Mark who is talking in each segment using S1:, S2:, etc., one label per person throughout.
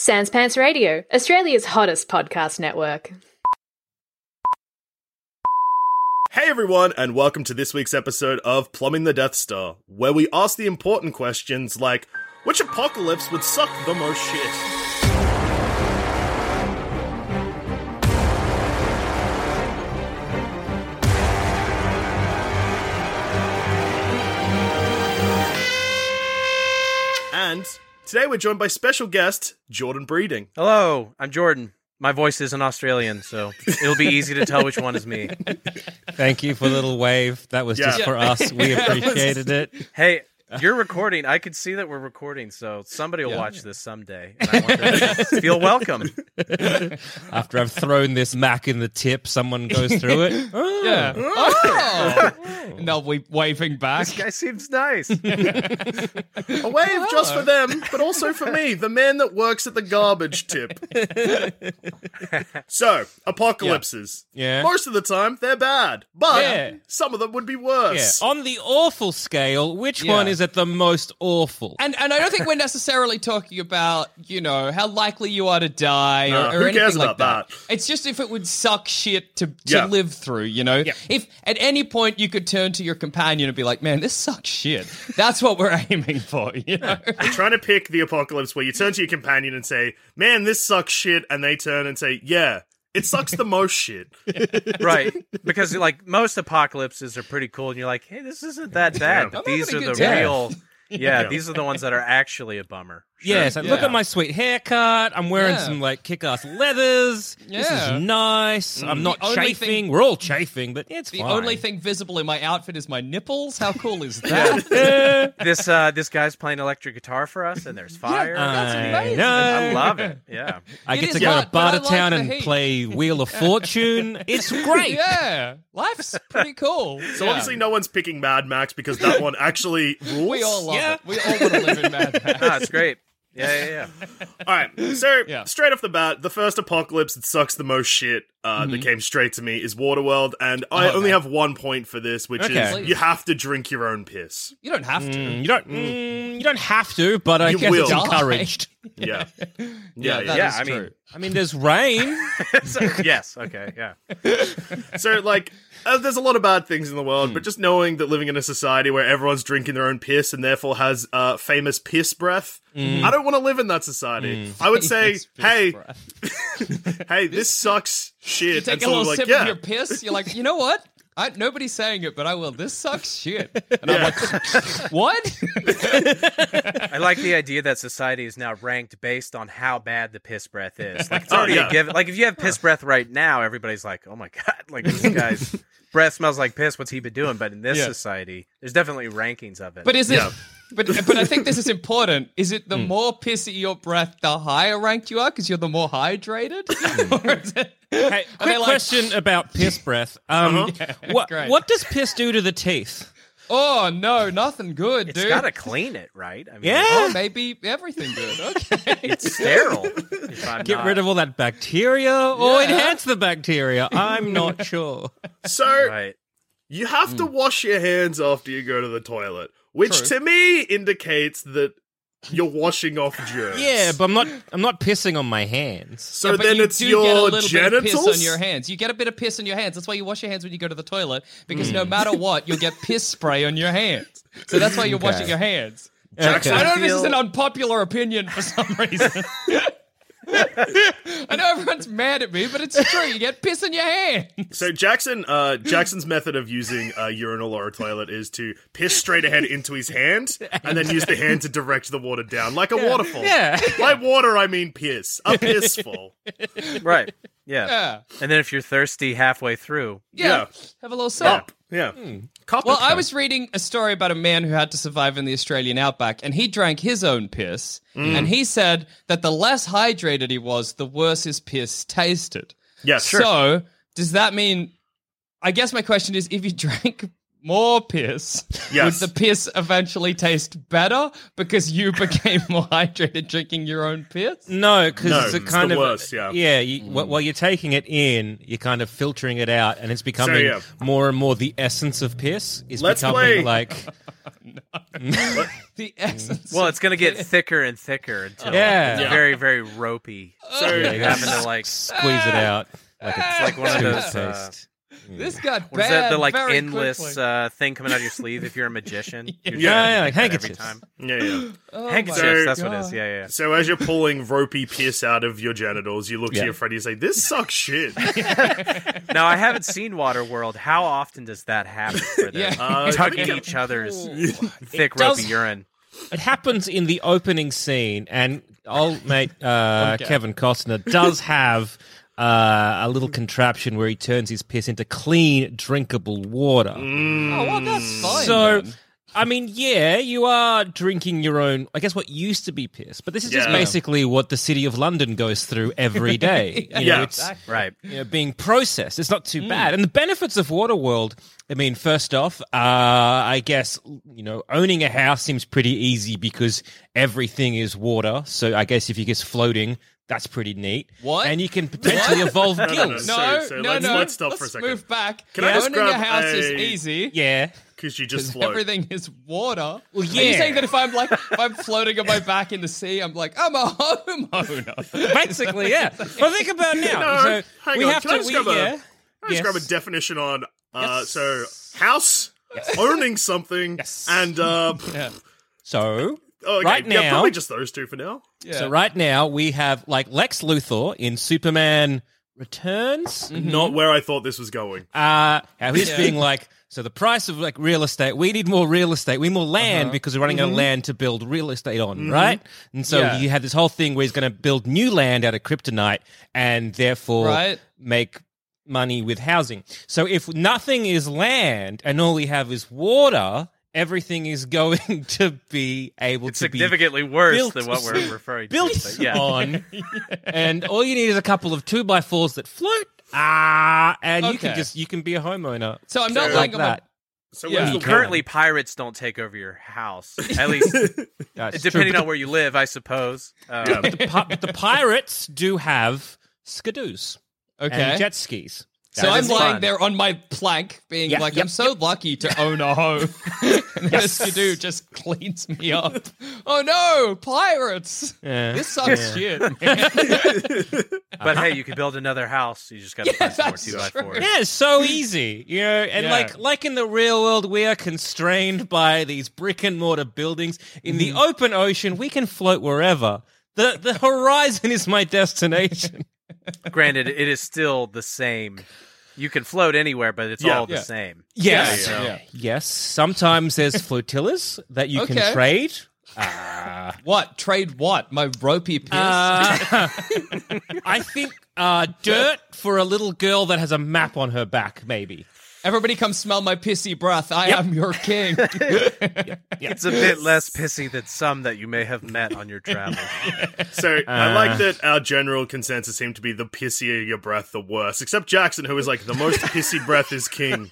S1: Sans Pants Radio, Australia's hottest podcast network.
S2: Hey everyone, and welcome to this week's episode of Plumbing the Death Star, where we ask the important questions like which apocalypse would suck the most shit? And today we're joined by special guest Jordan Breeding.
S3: Hello, I'm Jordan. My voice isn't Australian, so it'll be easy to tell which one is me.
S4: Thank you for the little wave. That was just
S2: Yeah.
S4: for us. We appreciated it.
S3: Hey, you're recording. I could see that we're recording, so somebody will watch this someday. And I want them to feel welcome.
S4: After I've thrown this Mac in the tip, someone goes through it. Oh,
S5: Yeah. Oh! and they'll be waving back.
S3: This guy seems nice.
S2: A wave just
S5: Oh.
S2: for them, but also for me, the man that works at the garbage tip. so, apocalypses.
S4: Yeah. Yeah.
S2: Most of the time, they're bad, but
S4: Yeah.
S2: some of them would be
S4: yeah.
S2: worse.
S4: On the awful scale, which
S5: Yeah.
S4: one is at the most awful?
S5: And and I don't think we're necessarily talking about you know how likely you are to die
S2: No,
S5: or, or
S2: Uh, who
S5: anything
S2: cares
S5: like
S2: about
S5: that.
S2: that?
S5: It's just if it would suck shit to, to
S2: Yeah.
S5: live through, you know. If at any point you could turn to your companion and be like, "Man, this sucks shit," that's what we're aiming for, you know.
S2: We're trying to pick the apocalypse where you turn to your companion and say, Man, this sucks shit. And they turn and say, Yeah, it sucks the most shit.
S3: Right. Because like most apocalypses are pretty cool and you're like, hey, this isn't that bad. But
S5: I'm
S3: these are
S5: having a
S3: the
S5: good time.
S3: real Yeah,
S2: Yeah.
S3: these are the ones that are actually a bummer.
S4: Yeah, it's like, look
S5: Yeah.
S4: at my sweet haircut. I'm wearing
S5: Yeah.
S4: some like kick-ass leathers. This
S5: Yeah.
S4: is nice. I'm not
S5: The only
S4: chafing.
S5: thing-
S4: We're all chafing, but it's
S5: The
S4: fine.
S5: only thing visible in my outfit is my nipples. How cool is that?
S3: This uh this guy's playing electric guitar for us and there's fire.
S5: that's
S4: I,
S5: amazing.
S4: know.
S3: I love it. Yeah.
S4: I
S5: It
S4: get
S5: is
S4: to go
S5: hot,
S4: to
S5: but I like
S4: Barter Town
S5: the
S4: and
S5: heat.
S4: play Wheel of Fortune. It's great.
S5: yeah, life's pretty cool.
S2: So
S5: Yeah.
S2: obviously, no one's picking Mad Max because that one actually rules.
S5: we all love
S4: Yeah.
S5: it. We all want to live in Mad Max.
S3: No, it's great. Yeah, yeah, yeah.
S2: All right. So
S5: Yeah.
S2: straight off the bat, the first apocalypse that sucks the most shit uh,
S5: Mm-hmm.
S2: that came straight to me is Waterworld, and I
S5: Oh,
S2: only
S5: man.
S2: have one point for this, which
S4: Okay.
S2: is you have to drink your own piss.
S5: You don't have to.
S4: Mm, you don't. mm, you don't have to, but I
S2: You
S4: guess it's
S2: will.
S4: encouraged.
S2: Yeah, yeah, yeah.
S5: that
S3: yeah,
S5: is
S3: I mean-
S5: true.
S4: I mean, there's rain.
S3: So- yes. Okay. Yeah.
S2: So like, uh, there's a lot of bad things in the world,
S5: Hmm.
S2: but just knowing that living in a society where everyone's drinking their own piss and therefore has uh, famous piss breath, I don't want to live in that society. I would say,
S5: It's Hmm. piss
S2: hey,
S5: breath.
S2: hey, this sucks shit.
S5: you take
S2: and
S5: a
S2: someone
S5: little
S2: will be
S5: sip
S2: like, yeah,
S5: of your piss. You're like, you know what? I, nobody's saying it, but I will. This sucks shit. And I'm like, what?
S3: I like the idea that society is now ranked based on how bad the piss breath is. Like it's already
S2: yeah.
S3: a given. Like if you have piss breath right now, everybody's like, "Oh my god!" Like this guy's breath smells like piss. What's he been doing? But in this
S5: Yeah.
S3: society, there's definitely rankings of it.
S5: But is it? But but I think this is important. Is it the
S2: Hmm.
S5: more pissy your breath, the higher ranked you are because you're the more hydrated?
S2: Hmm.
S5: Or is it-
S4: Hey,
S5: Are
S4: quick
S5: they like-
S4: question about piss breath. Um, what
S5: great.
S4: what does piss do to the teeth?
S5: Oh no, nothing good,
S3: it's
S5: dude.
S3: got to clean it, right? I mean,
S4: Yeah.
S5: Oh, maybe everything good. Okay.
S3: it's sterile. If I'm
S4: Get
S3: not-
S4: rid of all that bacteria or
S5: Yeah.
S4: enhance the bacteria? I'm not sure.
S2: so
S3: right.
S2: You have
S5: Mm.
S2: to wash your hands after you go to the toilet, which to me indicates that you're washing off germs.
S4: Yeah, but I'm not. I'm not pissing on my hands.
S2: so
S5: Yeah, but
S2: then
S5: you
S2: it's
S5: do
S2: your
S5: get a little
S2: genitals.
S5: bit of piss on your hands. You get a bit of piss on your hands. That's why you wash your hands when you go to the toilet because
S2: Hmm.
S5: no matter what, you'll get piss spray on your hands. So that's why you're washing your hands.
S2: Jackson,
S5: I
S2: I
S5: know
S2: feel-
S5: this is an unpopular opinion for some reason. I know everyone's mad at me, but it's true. You get piss in your hand.
S2: so Jackson, uh, Jackson's method of using a urinal or a toilet is to piss straight ahead into his hand, and then use the hand to direct the water down, like a waterfall.
S4: Yeah.
S2: By water, I mean piss. A pissfall.
S3: Right. Yeah.
S5: Yeah.
S3: And then if you're thirsty halfway through,
S5: Yeah.
S2: Yeah.
S5: Have a little sip.
S2: Up. Yeah.
S5: Hmm.
S2: Cop
S5: Well,
S2: it.
S5: I was reading a story about a man who had to survive in the Australian outback, and he drank his own piss.
S2: Mm.
S5: And he said that the less hydrated he was, the worse his piss tasted.
S2: Yes.
S5: So, does that mean? I guess my question is if you drank more piss,
S2: Yes.
S5: would the piss eventually taste better because you became more hydrated drinking your own piss?
S3: Mm.
S4: No, because
S2: No,
S4: it's a
S2: it's
S4: kind
S2: the
S4: of
S2: worst, yeah.
S4: yeah. You, wh- While you're taking it in, you're kind of filtering it out, and it's becoming
S2: yeah.
S4: more and more the essence of piss. Is
S2: Let's play-
S4: becoming like
S5: The essence.
S3: well, it's going to get thicker and thicker until
S4: Yeah.
S3: it's
S4: Yeah.
S3: very, very ropey.
S2: So,
S4: yeah, you
S3: having
S4: gotta
S3: to, like-
S4: squeeze it out like it's
S3: Like one of those. Uh,
S4: toothpaste.
S5: this got
S3: what is
S5: bad.
S3: that? The like
S5: very
S3: endless
S5: quickly.
S3: uh, thing coming out of your sleeve if you're a magician. You're
S4: Yeah,
S3: trying to
S4: yeah,
S3: do
S4: like
S3: that every
S4: handkerchiefs.
S3: time.
S2: yeah, yeah.
S5: Oh my
S3: handkerchiefs. That's what it is.
S5: God.
S3: Yeah, yeah. yeah.
S2: So as you're pulling ropey piss out of your genitals, you look
S4: Yeah.
S2: to your friend and you say, "This sucks shit."
S3: Now I haven't seen Waterworld. How often does that happen? Where they're
S5: Yeah.
S2: Uh,
S3: tugging each other's thick
S4: does-
S3: ropey urine.
S4: It happens in the opening scene, and old mate uh, Kevin Costner does have uh, a little contraption where he turns his piss into clean, drinkable water.
S5: Oh, well,
S3: Mm.
S5: that's fine.
S4: So,
S5: then.
S4: I mean, yeah, you are drinking your own, I guess, what used to be piss, but this is just
S2: Yeah.
S4: basically what the city of London goes through every day. You know,
S2: Yeah.
S4: it's
S3: Right.
S4: you know, being processed. It's not too
S2: Hmm.
S4: bad. And the benefits of Waterworld, I mean, first off, uh, I guess, you know, owning a house seems pretty easy because everything is water. So I guess if you get floating, that's pretty neat.
S5: What?
S4: And you can potentially evolve
S2: no, no.
S4: gills.
S2: So-
S5: No,
S2: so
S5: no,
S2: let's-
S5: no.
S2: let's stop for a second.
S5: Move back.
S2: Can I just
S5: Owning a
S2: grab
S5: house is
S2: a-
S5: easy.
S4: Yeah.
S2: Because you just
S5: Because
S2: float.
S5: everything is water.
S4: Well,
S5: Are you
S4: yeah.
S5: saying that if I'm like if I'm floating on my back in the sea, I'm like I'm a homeowner?
S4: Basically, yeah. Well, think about it now.
S2: No,
S4: so
S2: hang
S4: we
S2: on.
S4: have
S2: Can I
S4: to.
S2: just
S4: we-
S2: grab a-
S4: yeah.
S2: Let's
S4: Yes.
S2: grab a definition on uh,
S5: Yes.
S2: so house owning something
S4: Yes.
S2: and uh,
S5: yeah.
S4: So
S2: oh, okay,
S4: right
S2: yeah,
S4: now,
S2: probably just those two for now.
S5: yeah.
S4: so right now we have like Lex Luthor in Superman Returns.
S2: Mm-hmm.
S5: Mm-hmm.
S2: Not where I thought this was going.
S4: uh, how he's
S5: Yeah.
S4: being like, so the price of like real estate, we need more real estate, we need more
S5: Uh-huh.
S4: land because we're running out of land to build real estate on, right? And so
S5: Mm-hmm. Yeah.
S4: you have this whole thing where he's going to build new land out of kryptonite and therefore
S5: Right.
S4: make money with housing. So if nothing is land and all we have is water, everything is going to be able
S3: It's
S4: to be
S3: significantly worse
S4: built-
S3: than what we're referring to.
S4: built
S3: but yeah.
S4: on, and all you need is a couple of two by fours that float. Ah, and you can
S5: Okay.
S4: just you can be a homeowner.
S5: So I'm not
S2: So-
S4: like
S5: lying on my
S4: that.
S2: So
S5: Yeah.
S2: where's the
S4: You can't-
S3: Currently, pirates don't take over your house. At least,
S4: That's
S3: depending
S4: true.
S3: on where you live, I suppose. Uh,
S4: But the, pi- but the pirates do have skidoos
S5: Okay.
S4: and jet skis.
S5: so
S3: That
S5: I'm
S3: is
S5: lying
S3: fun.
S5: there on my plank, being
S4: Yeah,
S5: like,
S4: yep,
S5: I'm so lucky to own a home. and this to do just cleans me up. Oh no, pirates!
S4: Yeah.
S5: This sucks shit.
S3: but hey, you could build another house. You just got to
S5: Yeah,
S3: find somewhere
S5: that's
S3: two by
S5: true.
S3: four.
S4: yeah, it's so easy, you know, and
S5: Yeah.
S4: like like in the real world, we are constrained by these brick and mortar buildings. In the
S5: Mm-hmm.
S4: open ocean, we can float wherever. the The horizon is my destination.
S3: Granted, it is still the same. You can float anywhere, but it's
S2: Yeah.
S3: all the
S5: Yeah.
S3: same.
S4: Yes.
S5: Yeah, yeah.
S4: Yes. Sometimes there's flotillas that you
S5: Okay.
S4: can trade.
S5: What? Trade what? My ropey piss?
S4: Uh, I think uh, dirt for a little girl that has a map on her back, maybe.
S5: Everybody come smell my pissy breath. I am your king.
S3: It's a bit less pissy than some that you may have met on your travels.
S2: So I
S5: Uh.
S2: like that our general consensus seemed to be the pissier your breath, the worse. Except Jackson, who was like, the most pissy breath is king.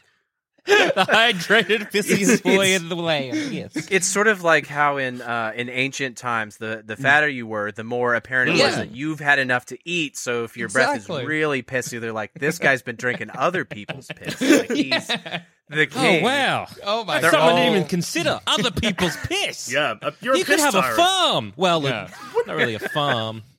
S4: The hydrated pissy's boy in the land. Yes.
S3: it's sort of like how in uh, in ancient times the, the fatter you were, the more apparent it
S5: Mm. Yeah.
S3: was that you've had enough to eat. So if your breath
S5: Exactly.
S3: is really pissy, they're like, "This guy's been drinking other people's piss. Like, he's the
S4: Oh
S3: king."
S4: wow.
S5: oh my
S3: They're
S5: god.
S4: Someone didn't
S3: all-
S4: even consider other people's piss.
S2: Yeah, uh, you're a
S4: You could
S2: piss
S4: have a
S2: tyrant.
S4: farm. Well, not really a farm.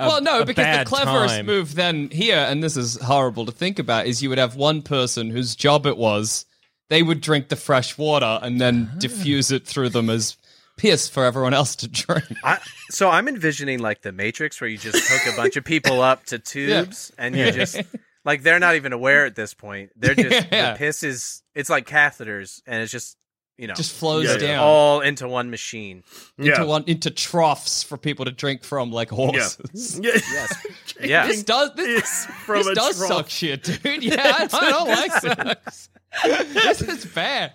S4: A-
S5: well, no,
S4: a
S5: because the
S4: bad
S5: cleverest
S4: time.
S5: move then here, and this is horrible to think about, is you would have one person whose job it was they would drink the fresh water and then
S4: Ah.
S5: diffuse it through them as piss for everyone else to drink.
S3: I, so I'm envisioning like the Matrix, where you just hook a bunch of people up to tubes, and you just like they're not even aware at this point. They're just
S5: Yeah.
S3: the piss is it's like catheters, and it's just you know,
S5: Just flows
S2: Yeah, yeah.
S5: down
S3: all into one machine.
S5: into
S2: Yeah.
S5: one into troughs for people to drink from, like horses.
S2: Yeah.
S3: Yeah.
S5: This does this,
S2: It's from
S5: this
S2: a
S5: does
S2: trough.
S5: suck shit, dude. Yeah, I don't like this. this is bad.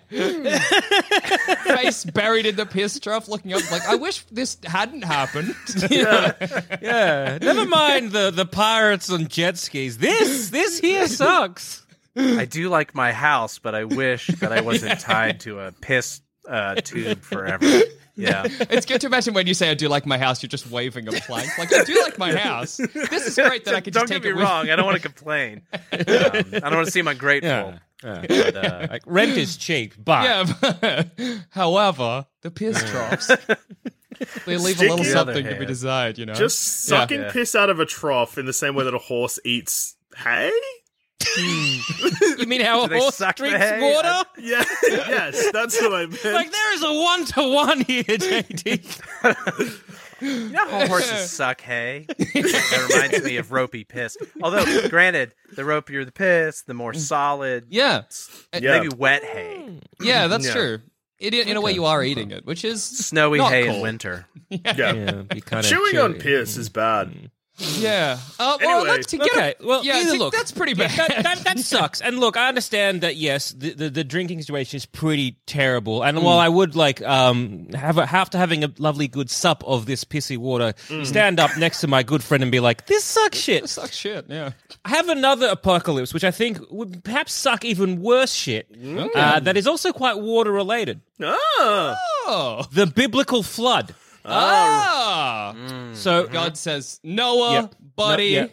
S5: Face buried in the piss trough, looking up like, I wish this hadn't happened.
S4: Yeah. Never mind the, the pirates on jet skis. This this here sucks.
S3: I do like my house, but I wish that I wasn't tied to a piss uh, tube forever. Yeah.
S5: It's good to imagine when you say I do like my house, you're just waving a plank. Like I do like my house. This is great that I can
S3: don't
S5: just take
S3: get me
S5: it with
S3: wrong. I don't want to complain. Um, I don't want to seem ungrateful.
S4: Yeah. Yeah.
S3: But, uh,
S4: Like rent is cheap, but
S5: Yeah. but- However, the piss troughs they leave a little
S2: Sticky.
S5: something to
S3: Other
S5: be
S3: hand.
S5: desired, you know.
S2: Just
S5: Yeah.
S2: sucking piss out of a trough in the same way that a horse eats hay?
S4: you mean how a
S3: Do they
S4: horse
S3: suck the
S4: drinks
S3: hay?
S4: water?
S3: I-
S2: Yeah, yes, that's what I meant.
S4: like there is a one to one here, JD.
S3: you know how horses suck hay? that reminds me of ropey piss. Although, granted, the ropier the piss, the more solid,
S5: Mm. yeah. Mm.
S2: yeah.
S3: maybe wet hay.
S5: Yeah, that's
S2: Yeah.
S5: true. It, in a way, you are eating it, which is
S3: Snowy
S5: not
S3: hay in
S5: cold.
S3: winter.
S2: yeah. Chewing on piss is bad.
S5: Yeah. Uh, well,
S2: Anyway.
S5: let's to get
S4: Okay,
S5: it.
S4: well,
S5: yeah, I
S4: either
S5: think
S4: look,
S5: that's pretty
S4: Yeah,
S5: bad.
S4: that, that, that sucks. And look, I understand that. Yes, the, the, the drinking situation is pretty terrible. And while I would like um have a, after having a lovely good sup of this pissy water, stand up next to my good friend and be like, Mm. "This sucks
S5: That
S4: shit."
S5: sucks shit. Yeah.
S4: I have another apocalypse, which I think would perhaps suck even worse shit. Uh, that is also quite water related.
S5: Mm.
S2: Ah,
S5: Oh.
S4: The biblical flood.
S5: Ah.
S3: Mm, mm-hmm.
S4: So
S5: God says Noah,
S4: Yep.
S5: buddy,
S4: No- yep.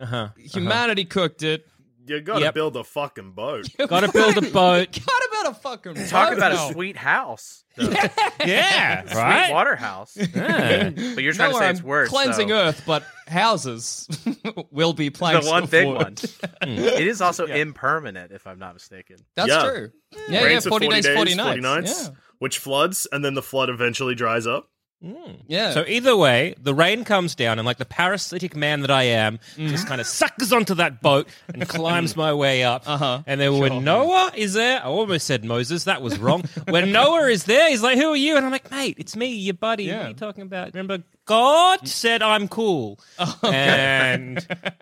S4: Uh-huh.
S5: humanity cooked it.
S2: you gotta
S4: Yep.
S2: build a fucking boat.
S4: Gotta build a boat.
S5: God about a fucking
S3: Talk
S5: boat,
S3: about
S5: no.
S3: a sweet house. though.
S4: yeah,
S3: Sweet
S4: right.
S3: water house.
S4: Yeah.
S3: But you're
S5: No,
S3: trying to say
S5: I'm
S3: it's worse.
S5: cleansing
S3: so-
S5: earth, but houses will be
S3: The
S5: planks.
S3: one
S5: of
S3: big
S5: wood.
S3: one.
S5: Mm.
S3: It is also impermanent, if I'm not mistaken.
S5: That's
S2: Yeah.
S5: true. Yeah,
S2: Rains
S5: yeah.
S2: of
S5: 40, days, 40 nights.
S2: which floods, and then the flood eventually dries up.
S5: Yeah. yeah.
S4: So either way, the rain comes down, and like the parasitic man that I am,
S5: Mm-hmm.
S4: just kind of suckers onto that boat and climbs my way up.
S5: Uh-huh.
S4: And then when Noah is there, I almost said Moses, that was wrong. when Noah is there, he's like, "Who are you?" And I'm like, "Mate, it's me, your buddy. What
S5: Yeah.
S4: are you talking about? Remember, God said I'm cool,
S3: eh.
S4: and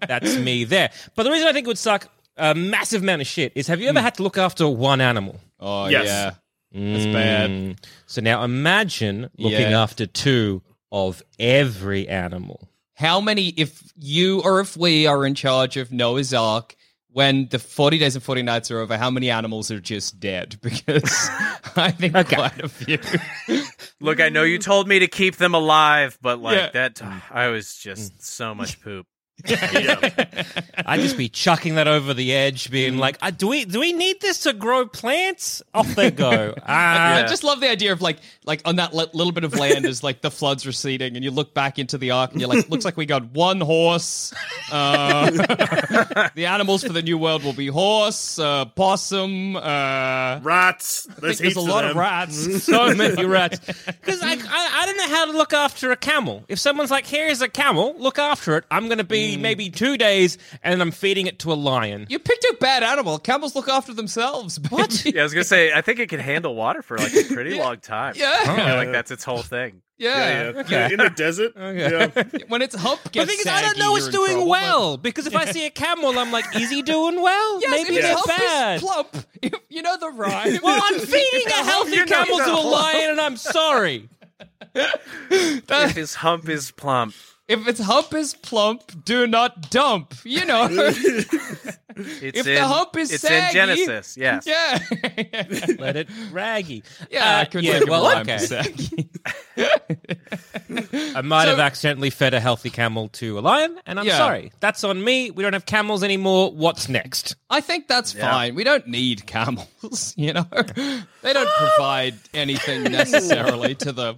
S4: that's me there." But the reason I think it would suck a massive amount of shit is: Have you ever
S5: Hmm.
S4: had to look after one animal?
S5: oh,
S2: Yes.
S5: yeah. That's bad.
S4: Mm. So now imagine looking
S5: Yeah.
S4: after two of every animal.
S5: how many if you or if we are in charge of Noah's Ark when the 40 days and 40 nights are over, how many animals are just dead? Because I think
S4: Okay.
S5: quite a few.
S3: Look, I know you told me to keep them alive, but like
S5: Mm. Yeah. Mm.
S3: that, I was just so much poop.
S4: I'd just be chucking that over the edge, being like, "Ah, "Do we do we need this to grow plants?" Off they go. Ah,
S5: I just love the idea of like like on that li- little bit of land is like the floods receding and you look back into the ark and you're like looks like we got one horse. Uh, the animals for the new world will be horse, uh, possum, uh,
S2: Rats. There's,
S5: there's
S2: heaps
S5: a lot
S2: them.
S5: of rats.
S4: so many rats. Because I, I I don't know how to look after a camel. If someone's like, "Here's a camel, look after it," I'm going to
S5: Mm.
S4: be maybe two days, and I'm feeding it to a lion.
S5: You picked a bad animal. Camels look after themselves. What?
S3: Yeah, I was gonna say, I think it can handle water for like a pretty long time.
S5: Yeah.
S3: I feel like that's its whole thing.
S2: Yeah,
S5: Yeah.
S2: yeah. In the desert. Yeah.
S5: When its hump
S4: The
S5: gets
S4: thing is, I don't
S5: saggy,
S4: know it's
S5: you're in
S4: doing
S5: trouble.
S4: well because if I see a camel, I'm like, "Is he doing well?
S5: Yes,
S4: maybe
S5: if
S4: they're
S5: its hump
S4: bad."
S5: is plump, if- you know the rhyme.
S4: Well, I'm feeding a healthy
S3: You're not
S4: camel to a
S3: wrong.
S4: lion, and I'm sorry.
S3: If his hump is plump,
S5: if its hump is plump, do not dump. You know.
S3: it's
S5: If
S3: in,
S5: the hump is
S3: it's
S5: saggy-
S3: in Genesis. Yes.
S5: yeah.
S4: Let it raggy.
S5: yeah, I
S4: Uh,
S5: could
S4: yeah,
S5: think of
S4: well,
S5: a rhyme
S4: okay.
S5: for saggy.
S4: I might
S5: So-
S4: have accidentally fed a healthy camel to a lion, and I'm
S5: Yeah.
S4: sorry. That's on me. We don't have camels anymore. What's next?
S5: I think that's fine. We don't need camels, you know. They
S2: Ah!
S5: don't provide anything necessarily to the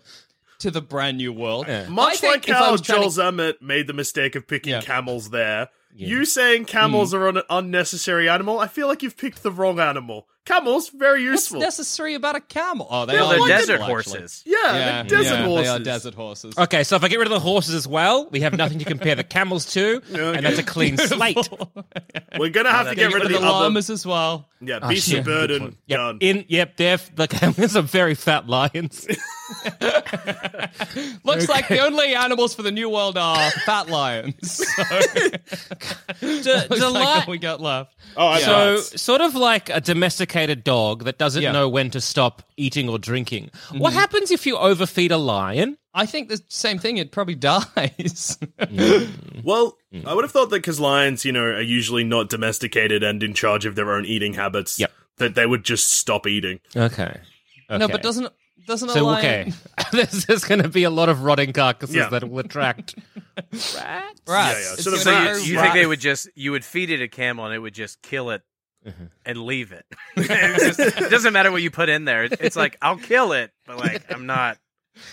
S5: to the brand new world. I
S2: Much
S5: think
S2: like
S5: if I
S2: how
S5: was trying
S2: Joel
S5: to-
S2: Zammit made the mistake of picking
S5: Yeah.
S2: camels
S5: Hmm.
S2: there, you saying camels are an unnecessary animal, I feel like you've picked the wrong animal. Camels, very
S5: What's
S2: useful.
S5: necessary about a camel? Oh, they
S2: They're
S5: are
S2: the
S3: They're
S2: like
S5: useful,
S3: desert
S5: actually.
S3: horses.
S2: yeah, they're
S5: Yeah,
S2: desert
S5: yeah,
S2: horses.
S5: They are desert horses.
S4: Okay, so if I get rid of the horses as well, we have nothing to compare the camels to, and that's a clean slate.
S2: We're gonna have to
S3: that's
S2: get rid of the, other.
S5: llamas as well.
S2: Yeah, beast of burden.
S4: Yep.
S2: Done.
S4: In yep, they're f- the camels are very fat lions.
S5: Looks like the only animals for the new world are fat lions. So
S4: The,
S5: looks
S4: the
S5: like all
S4: li-
S5: we got left.
S2: oh, I
S4: so
S2: know.
S4: sort of like a domesticated dog that doesn't
S5: Yeah.
S4: know when to stop eating or drinking. What happens if you overfeed a lion?
S5: I think the same thing. It probably dies.
S2: Well, I would have thought that because lions, you know, are usually not domesticated and in charge of their own eating habits,
S4: Yep.
S2: that they would just stop eating.
S4: Okay.
S5: No, but doesn't doesn't a
S4: so
S5: lion?
S4: okay. There's just going to be a lot of rotting carcasses
S2: Yeah.
S4: that will attract.
S5: Rats.
S2: Yeah, yeah.
S5: It's
S2: So the-
S3: So
S5: gonna
S3: you,
S5: grow
S3: you think they
S5: rats.
S3: would just you would feed it a camel and it would just kill it and leave it. It's just- it doesn't matter what you put in there. It- It's like I'll kill it, but like I'm not.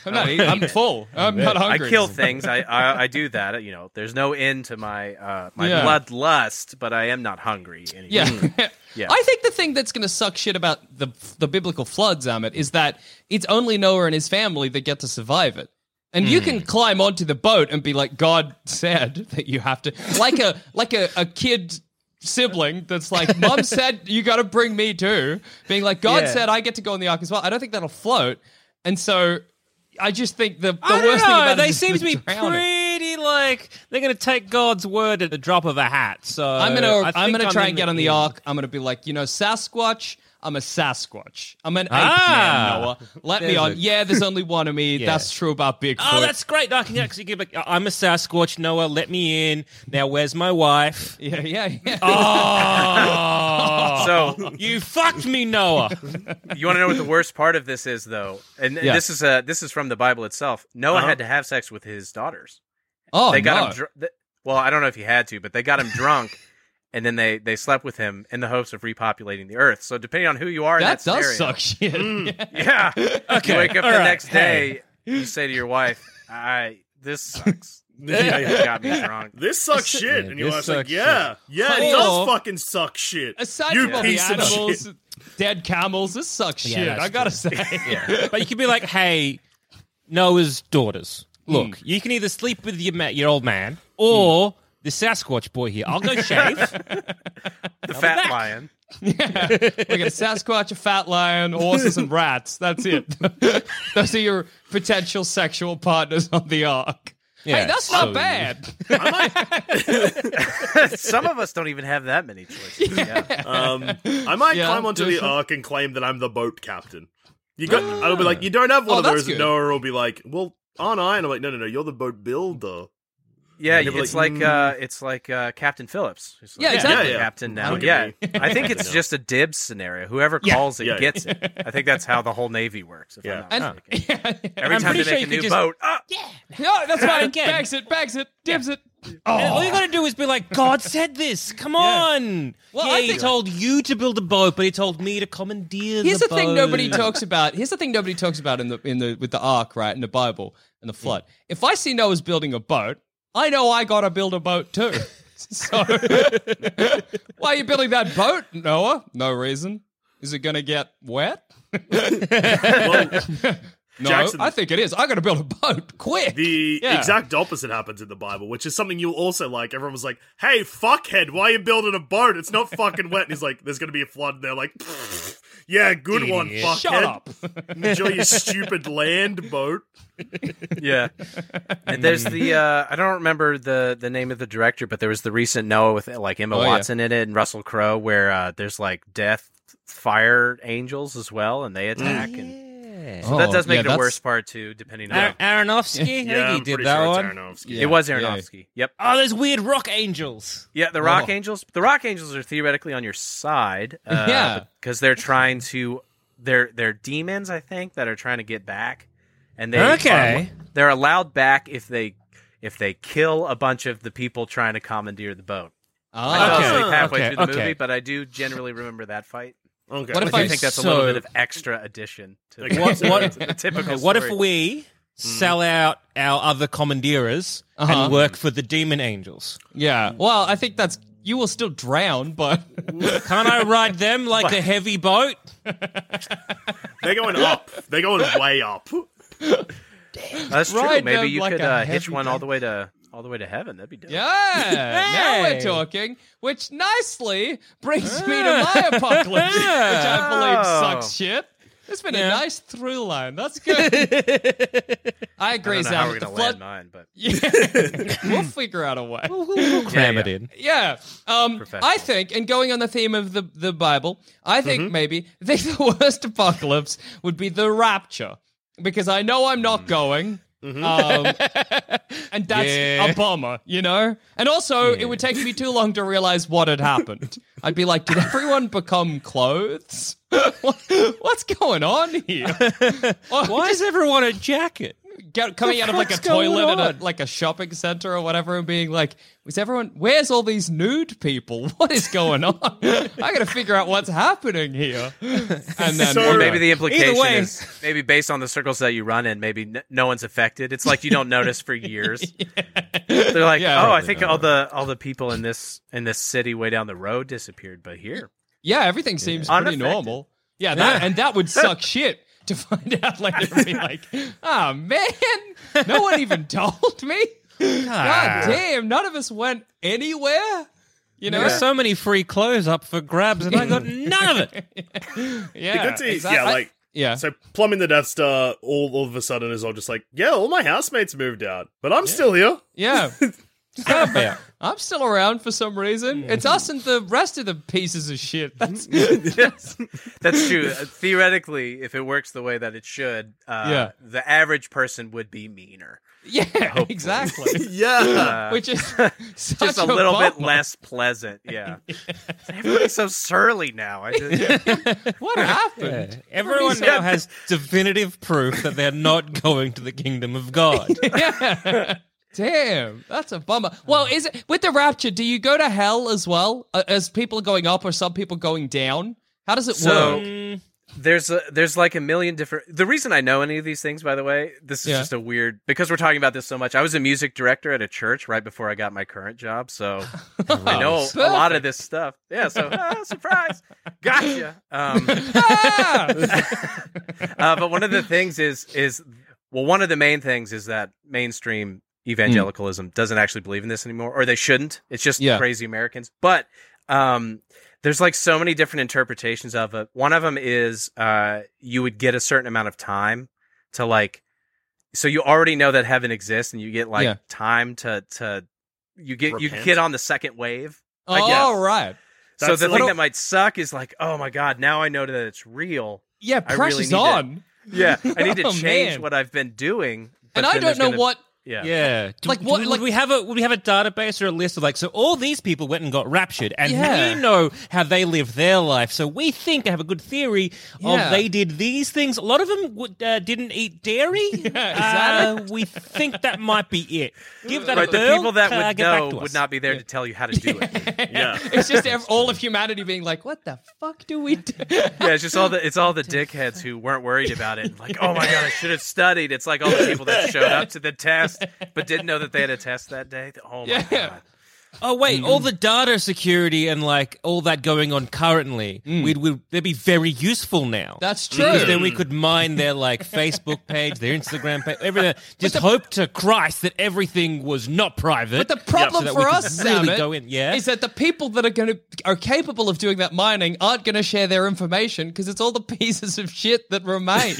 S5: I'm not. eating- I'm full. I'm not
S3: I
S5: hungry.
S3: kill things. I, I I do that. You know, there's no end to my uh, my
S5: Yeah.
S3: bloodlust, but I am not hungry. Anymore. Mm.
S5: Yeah.
S4: Mm.
S3: Yeah.
S5: I think the thing that's going to suck shit about the the biblical floods, Amit, is that it's only Noah and his family that get to survive it. And you
S4: Mm.
S5: can climb onto the boat and be like, God said that you have to, like a like a, a kid sibling that's like, Mom said you got to bring me too. Being like, God said I get to go on the ark as well. I don't think that'll float. And so I just think the, the
S4: I don't
S5: worst thing
S4: know.
S5: about it
S4: They
S5: is
S4: seem
S5: the
S4: to be
S5: drowning.
S4: pretty like they're going to take God's word at the drop of a hat. So
S5: I'm gonna
S4: Uh, I
S5: I'm
S4: think
S5: gonna try and
S4: in E.
S5: get on the
S4: in.
S5: ark. I'm gonna be like, you know, Sasquatch. I'm a Sasquatch. I'm an ape
S4: Ah.
S5: man, Noah. Let me
S4: There's
S5: on.
S4: it.
S5: Yeah, there's only one of me.
S4: Yeah.
S5: That's true about Bigfoot.
S4: Oh, that's great! I can actually give. A, I'm a Sasquatch, Noah. Let me in. Now, where's my wife?
S5: yeah, yeah, yeah.
S4: Oh,
S3: So
S4: you fucked me, Noah.
S3: you want to know what the worst part of this is, though, and
S5: Yeah. Uh-huh.
S3: this is uh, this is from the Bible itself. Noah had to have sex with his daughters.
S5: oh,
S3: they got
S5: no.
S3: him. Dr- th- well, I don't know if he had to, but they got him drunk, and then they they slept with him in the hopes of repopulating the earth. So depending on who you are, in
S5: That
S3: that,
S5: does
S3: scenario-
S5: suck shit.
S4: Mm.
S5: Yeah.
S3: Yeah.
S4: Okay,
S3: You wake up
S4: all
S3: the
S4: right,
S3: next
S4: hey.
S3: day, you say to your wife, "I this sucks.
S2: Yeah,
S3: You
S2: yeah.
S3: got me drunk."
S2: This sucks shit. And your
S4: this
S2: wife's like,
S4: sucks
S2: yeah, yeah, it
S5: Cool.
S2: does fucking suck shit.
S5: Aside
S2: you
S5: from all the
S2: piece of shit.
S5: animals, dead camels, this sucks
S4: Yeah,
S5: shit.
S4: that's
S5: I gotta say.
S4: but you could be like, hey, Noah's daughters. Look,
S5: Hmm.
S4: you can either sleep with your ma- your old man or the Sasquatch boy here. I'll go shave.
S3: The fat lion.
S5: We got a Sasquatch, a fat lion, horses, and rats. That's it. Those are your potential sexual partners on the ark.
S4: Yeah,
S5: hey, that's not
S4: so-
S5: bad.
S3: Some of us don't even have that many choices. Yeah.
S2: Um, I might
S5: Yeah.
S2: climb onto the ark and claim that I'm the boat captain. You got? I'll be like, you don't have one
S5: Oh,
S2: of
S5: that's
S2: those. And
S5: good.
S2: Noah will be like, well, aren't I? And I'm like, no, no, no, you're the boat builder.
S3: Yeah,
S2: They'll be
S3: it's
S2: like,
S3: like, uh, it's like uh, Captain Phillips. It's like,
S5: Yeah, exactly.
S3: "I'm
S2: Yeah, yeah.
S3: Captain now.
S2: Look at
S3: Yeah,
S2: me.
S3: I think it's
S2: Yeah.
S3: just a dibs scenario. Whoever calls it
S2: Yeah, yeah.
S3: gets it. I think that's how the whole Navy works. If
S2: Yeah.
S3: I'm not mistaken. every
S4: I'm
S3: time they
S4: pretty sure
S3: make
S4: you
S3: a new
S4: could just-
S3: boat, ah,
S5: No, that's fine.
S4: Again.
S5: Bags it, bags it, dibs it.
S4: And all you got to do is be like, God said this. Come on.
S5: Well,
S4: yeah,
S5: I
S4: he
S5: think-
S4: told you to build a boat, but he told me to commandeer
S5: Here's
S4: the
S5: the
S4: boat.
S5: thing nobody talks about. Here's the thing nobody talks about in the in the with the ark, right? In the Bible and the flood. If I see Noah's building a boat, I know I gotta build a boat too. so why are you building that boat, Noah? No reason. Is it gonna get wet?
S2: Well,
S5: No,
S2: Jackson-
S5: I think it is. I gotta build a boat quick.
S2: the
S5: Yeah.
S2: exact opposite happens in the Bible, which is something you'll also like. Everyone was like, hey, fuckhead, why are you building a boat? It's not fucking wet. And he's like, there's going to be a flood. And they're like, "Pfft, yeah, good one, fuckhead.
S5: Shut up.
S2: Enjoy your stupid land boat.
S3: yeah. And there's the uh, I don't remember the the name of the director, but there was the recent Noah with like Emma
S5: Oh, yeah.
S3: Watson in it and Russell Crowe, where uh, there's like death, fire angels as well, and they attack. And
S4: Yeah.
S3: so that
S5: Oh,
S3: does make
S5: yeah,
S3: it a
S5: that's-
S3: worse part too, depending on.
S4: Ar- Aronofsky?
S2: Yeah,
S4: I
S2: I'm
S4: think he
S2: pretty
S4: did that
S2: sure it's
S4: one.
S2: Aronofsky.
S3: It was Aronofsky. Yep.
S4: Oh, those weird rock angels.
S3: Yeah, the Rock Angels. The Rock Angels are theoretically on your side. Uh,
S5: Yeah.
S3: because they're trying to. They're they're demons, I think, that are trying to get back, and they
S4: Okay.
S3: are- they're allowed back if they if they kill a bunch of the people trying to commandeer the boat. I
S5: Ah.
S3: fell
S4: Okay.
S3: asleep halfway
S4: Okay,
S3: through the
S4: okay.
S3: movie, but I do generally remember that fight.
S2: Okay.
S5: What if
S3: I
S5: I
S3: think that's a
S4: So-
S3: little bit of extra addition to
S2: Okay.
S3: the,
S4: What- what-
S3: the typical.
S4: What if
S3: story.
S4: we sell out our other commandeerers
S5: Mm-hmm. Uh-huh.
S4: and work for the demon angels?
S5: Yeah. Well, I think that's you will still drown, but
S4: Can't I ride them like a heavy boat?
S2: They're going up. They're going way up.
S3: That's true.
S5: Ride
S3: Maybe
S5: them
S3: you
S5: like
S3: could
S5: a
S3: uh, hitch
S5: heavy
S3: one all
S5: boat.
S3: the way to all the way to heaven. That'd be dope.
S5: yeah, now
S4: Hey.
S5: we're talking, which nicely brings me to my apocalypse, which I believe sucks shit. It's been a
S4: Yeah.
S5: nice through line. That's good. I
S3: I
S5: agree,
S3: don't know how
S5: Zach.
S3: we're
S5: The
S3: gonna land
S5: flood.
S3: mine, but
S5: Yeah. we'll figure out a way.
S4: Cram
S3: yeah.
S4: it in.
S5: Yeah. Um,
S3: Professional.
S5: I think, and going on the theme of the, the Bible, I think maybe I think the worst apocalypse would be the rapture because I know I'm not going. Um, and that's
S4: Yeah.
S5: a bummer, you know? And also, it would take me too long to realize what had happened. I'd be like, did everyone become clothes? What- What's going on here? Or
S4: Why is everyone a jacket?
S5: get, coming out of like a
S4: fuck's going
S5: toilet
S4: on?
S5: at a, like a shopping center or whatever and being like, is everyone, where's all these nude people? What is going on? I gotta figure out what's happening here. And then
S2: So-
S3: Or maybe the
S4: Either
S3: implication
S4: way.
S3: is maybe based on the circles that you run in, maybe n- no one's affected. It's like you don't notice for years. They're like,
S5: Yeah.
S3: oh, I think all the all the people in this in this city way down the road disappeared, but here,
S5: yeah, everything seems pretty
S3: Unaffected.
S5: normal. Yeah, that, and that would suck shit to find out later and be like, oh man, no one even told me.
S4: Ah.
S5: God damn, none of us went anywhere. You know?
S4: There are so many free clothes up for grabs, and I got none of it.
S5: Yeah,
S2: Good to-
S5: exact-
S2: yeah,
S5: I-
S2: like
S5: yeah.
S2: so plumbing the Death Star all, all of a sudden is all just like, yeah, all my housemates moved out, but I'm still here.
S5: Yeah.
S4: about?
S5: I'm still around for some reason.
S3: Mm.
S5: It's us and the rest of the pieces of shit.
S3: Mm-hmm.
S5: That's
S3: that's true. Uh, Theoretically, if it works the way that it should, uh,
S5: Yeah.
S3: the average person would be meaner,
S5: yeah, exactly.
S2: Yeah.
S3: uh,
S5: Which is such
S3: just a little bit
S5: bummer.
S3: less pleasant. Yeah, everybody's so surly now. I just,
S5: What happened?
S4: Everyone now has definitive proof that they're not going to the kingdom of God.
S5: Yeah. Damn, that's a bummer. Well, is it with the rapture? Do you go to hell as well uh, as people are going up, or some people going down? How does it
S3: So-
S5: work?
S4: Um,
S3: there's a, there's like a million different. The reason I know any of these things, by the way, this is
S5: Yeah.
S3: just a weird because we're talking about this so much. I was a music director at a church right before I got my current job, so I know
S5: Oh,
S3: a lot of this stuff. Yeah, so ah, surprise, gotcha. Um,
S5: Ah!
S3: uh, but one of the things is is well, one of the main things is that mainstream evangelicalism doesn't actually believe in this anymore, or they shouldn't. It's just
S5: Yeah.
S3: crazy Americans. But um, there's like so many different interpretations of it. One of them is uh, you would get a certain amount of time to like, so you already know that heaven exists, and you get like
S5: Yeah.
S3: time to to you get you
S2: Repent.
S3: get on the second wave I guess.
S5: All right.
S3: so
S2: That's
S3: the
S2: like-
S3: thing that might suck is like, oh my god, now I know that it's real.
S5: Yeah,
S3: I really
S5: pressure's
S3: need to-
S5: on,
S3: Yeah, I need to
S5: Oh,
S3: change
S5: man.
S3: what I've been doing. but
S5: and I
S3: then
S5: don't
S3: there's
S5: know
S3: gonna-
S5: what.
S3: Yeah.
S4: Yeah. Do-
S5: Like,
S4: do
S5: what-
S4: we-
S5: like-
S4: would we have a would we have a database or a list of like so all these people went and got raptured and
S5: Yeah.
S4: we know how they lived their life. So we think I have a good theory
S5: Yeah.
S4: of Oh, they did these things. A lot of them would, uh, didn't eat dairy.
S5: Yeah,
S4: uh, we think that might be it. Give that
S3: Right,
S4: a
S3: the
S4: whirl,
S3: people that
S4: uh,
S3: would
S4: get back
S3: know
S4: to
S3: would
S4: us.
S3: not be there to tell you how to do it.
S2: Yeah.
S5: It's just ev- all of humanity being like, "What the fuck do we do?"
S3: Yeah, it's just all the it's all the dickheads who weren't worried about it. Like, oh my god, I should have studied. It's like all the people that showed up to the test but didn't know that they had a test that day. Oh my
S5: Yeah.
S3: god.
S4: Oh wait,
S3: Mm-hmm.
S4: all the data security and like all that going on currently, we'd, we'd they'd be very useful now.
S5: That's
S4: Because
S5: true.
S4: then we could mine their like Facebook page, their Instagram page, everything. Just hope to Christ that everything was not private.
S5: But the problem
S4: so that we
S5: for
S4: could
S5: us,
S4: really
S5: Samet,
S4: go in, yeah?
S5: is that the people that are going to are capable of doing that mining aren't going to share their information because it's all the pieces of shit that remain.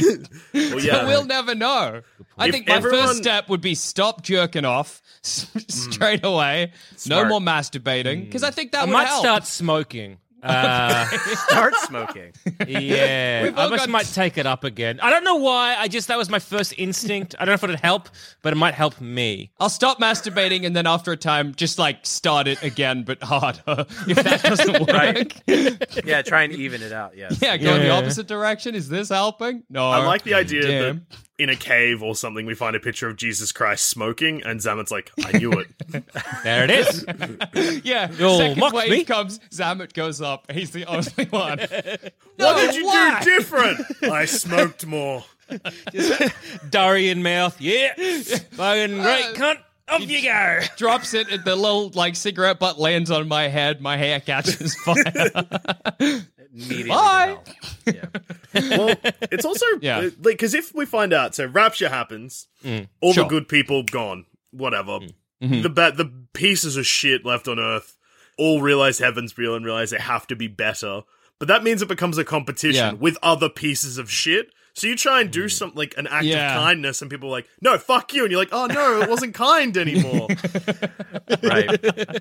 S2: Well, yeah.
S5: We'll never know. I
S2: If
S5: think my
S2: everyone-
S5: first step would be stop jerking off s- straight away.
S3: Smart.
S5: No more masturbating because I think that
S4: I
S5: would
S4: might
S5: help.
S4: start smoking. Uh,
S3: Start smoking.
S4: yeah,
S5: We've
S4: I
S5: all
S4: just
S5: got-
S4: might take it up again. I don't know why. I just that was my first instinct. I don't know if it'd help, but it might help me.
S5: I'll stop masturbating and then after a time, just like start it again, but harder. If that doesn't work,
S3: Right. Yeah, try and even it out. Yes.
S5: yeah, go in the
S4: Yeah.
S5: opposite direction. Is this helping? No.
S2: I like the idea
S5: Damn.
S2: that in a cave or something we find a picture of Jesus Christ smoking, and Zamet's like, I knew it.
S4: There it is.
S5: Yeah,
S4: You'll mock
S5: second wave
S4: me?
S5: comes, Zamet goes up. He's the only one.
S4: Oh,
S2: what did you
S5: why?
S2: do different? I smoked more.
S5: Uh,
S4: Durian mouth. Yeah, fucking great cunt. Off you go.
S5: drops it, and the little like cigarette butt lands on my head. My hair catches fire.
S3: Immediately
S5: Bye.
S3: now. Yeah.
S2: well, it's also
S5: Yeah. Mm.
S2: uh, like because if we find out, so rapture happens, all the good people gone, whatever.
S5: Mm-hmm.
S2: The ba- the pieces of shit left on Earth all realize heaven's real and realize they have to be better. But that means it becomes a competition
S5: Yeah. Mm.
S2: with other pieces of shit. So you try and do something like an act
S5: Yeah.
S2: of kindness, and people are like, "No, fuck you," and you're like, "Oh no, it wasn't kind anymore."
S3: right.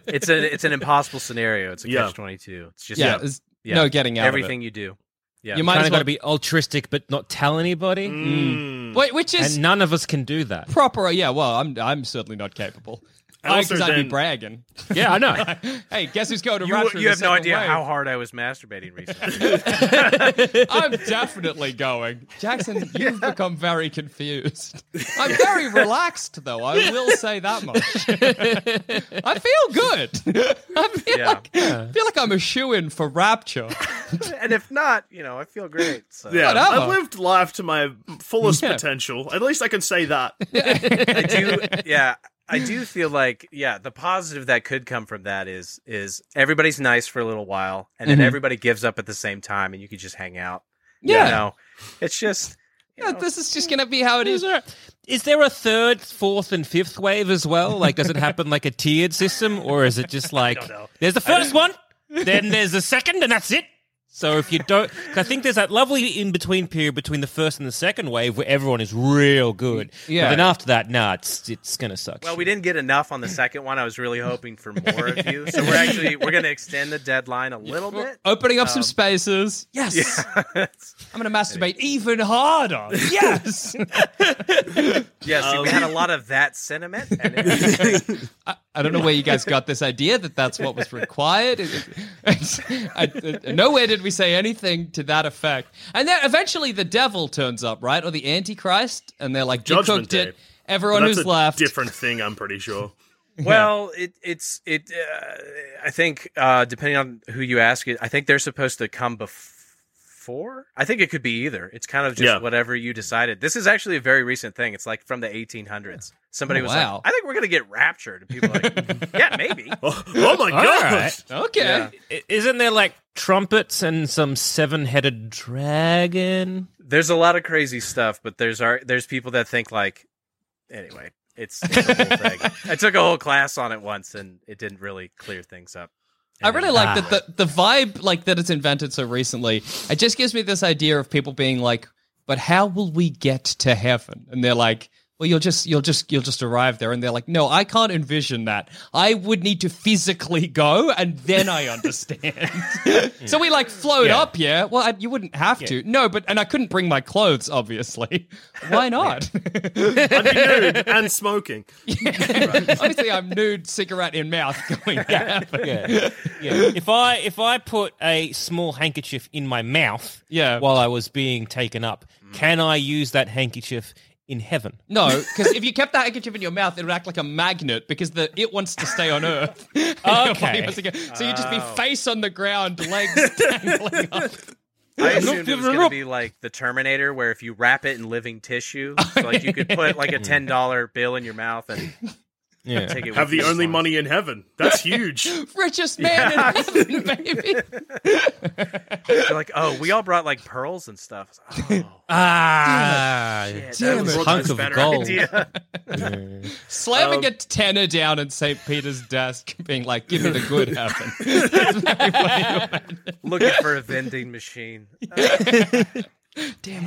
S3: It's an it's an impossible scenario. It's a
S2: Yeah.
S3: catch twenty two. It's just
S5: yeah,
S3: yeah,
S5: there's
S3: yeah.
S5: no getting out. of it.
S3: everything you do. Yeah.
S5: You might
S4: Kind
S5: as
S4: of got
S5: well
S4: to be altruistic, but not tell anybody.
S2: Mm.
S5: Wait, which is
S4: And none of us can do that.
S5: proper. Yeah, well, I'm I'm certainly not capable.
S2: And also
S5: Because I'd be
S2: then-
S5: bragging.
S4: Yeah, I know.
S5: hey, guess who's going to
S3: You,
S5: rapture?
S3: you
S5: the
S3: have no
S5: second
S3: idea
S5: wave?
S3: how hard I was masturbating recently.
S5: I'm definitely going. Jackson, you've become very confused. I'm very relaxed, though. I will say that much. I feel good. I feel,
S3: Yeah.
S5: like, feel like I'm a shoe in for rapture.
S3: and if not, you know, I feel great. So
S2: Yeah,
S5: Whatever.
S2: I've lived life to my fullest
S5: Yeah.
S2: potential. At least I can say that.
S3: I do yeah. I do feel like yeah, the positive that could come from that is is everybody's nice for a little while and then everybody gives up at the same time and you could just hang out.
S5: Yeah.
S3: You know? It's just you
S5: Yeah,
S3: know,
S5: this is just going to be how it
S4: Is
S5: is.
S4: there, is there a third, fourth, and fifth wave as well? Like, does it happen like a tiered system, or is it just like
S2: know.
S4: there's the first one, then there's the second, and that's it? So if you don't, 'cause I think there's that lovely in between period between the first and the second wave where everyone is real good.
S5: Yeah.
S4: But then after that, nah, it's it's gonna suck.
S3: Well, we didn't get enough on the second one. I was really hoping for more of you. So we're actually we're going to extend the deadline a little bit.
S5: Opening up some spaces. Yes. I'm going to masturbate even harder. Yes.
S3: Yes, we had a lot of that sentiment. And it was,
S5: I don't know where you guys got this idea that that's what was required. It- it- I- I- nowhere did we say anything to that effect. And then eventually the devil turns up, right? Or the Antichrist, and they're like, you
S2: Judgment
S5: cooked
S2: Day.
S5: it. Everyone
S2: That's
S5: who's
S2: a
S5: left.
S2: different thing. I'm pretty sure.
S3: well, it, it's it. Uh, I think uh, depending on who you ask, it I think they're supposed to come before. I think it could be either. It's kind of just
S2: Yeah.
S3: whatever you decided. This is actually a very recent thing. It's like from the 1800s. Somebody
S5: Oh,
S3: was
S5: wow.
S3: like, "I think we're going to get raptured," and people are like, "Yeah, maybe."
S2: Oh, oh my god!
S4: right.
S5: Okay.
S3: Yeah.
S4: I- isn't there like trumpets and some seven-headed dragon?
S3: there's a lot of crazy stuff, but there's our there's people that think like anyway. It's, it's a whole thing. I took a whole class on it once, and it didn't really clear things up.
S5: I really
S4: Ah.
S5: like that the, the vibe like that it's invented so recently. It just gives me this idea of people being like, "But how will we get to heaven?" And they're like, "Well, you'll just you'll just you'll just arrive there." And they're like, "No, I can't envision that. I would need to physically go, and then I understand." so we like float
S4: Yeah.
S5: up, yeah. Well, I, you wouldn't have to, no, but and I couldn't bring my clothes, obviously. Why not?
S2: I'd be nude and smoking.
S5: obviously, I'm nude, cigarette in mouth, going to heaven.
S4: yeah. yeah. If I if I put a small handkerchief in my mouth
S5: Yeah.
S4: while I was being taken up, can I use that handkerchief in heaven?
S5: No, because if you kept that handkerchief in your mouth, it would act like a magnet because the it wants to stay on Earth. Your body
S4: Okay.
S5: wants to go- so you'd just be
S4: Oh.
S5: face on the ground, legs dangling up.
S3: I
S4: Look,
S3: assumed it was
S4: look.
S3: going to be like the Terminator, where if you wrap it in living tissue, so like you could put like a ten dollar bill in your mouth and
S4: Yeah.
S3: take it.
S2: Have
S3: with you
S2: the
S3: as
S2: only
S3: long as-
S2: money in heaven. That's huge.
S5: Richest man in heaven, baby.
S3: They're like, oh, we all brought like pearls and stuff. I was like, Oh,
S4: Ah,
S3: shit,
S5: damn
S3: that was
S5: it.
S3: a
S4: Hunk
S3: much
S4: of
S3: better
S4: gold.
S3: idea.
S5: Slamming
S4: Um,
S5: a tenner down at St. Peter's desk, being like, give me the good heaven.
S3: Looking for a vending machine.
S5: Damn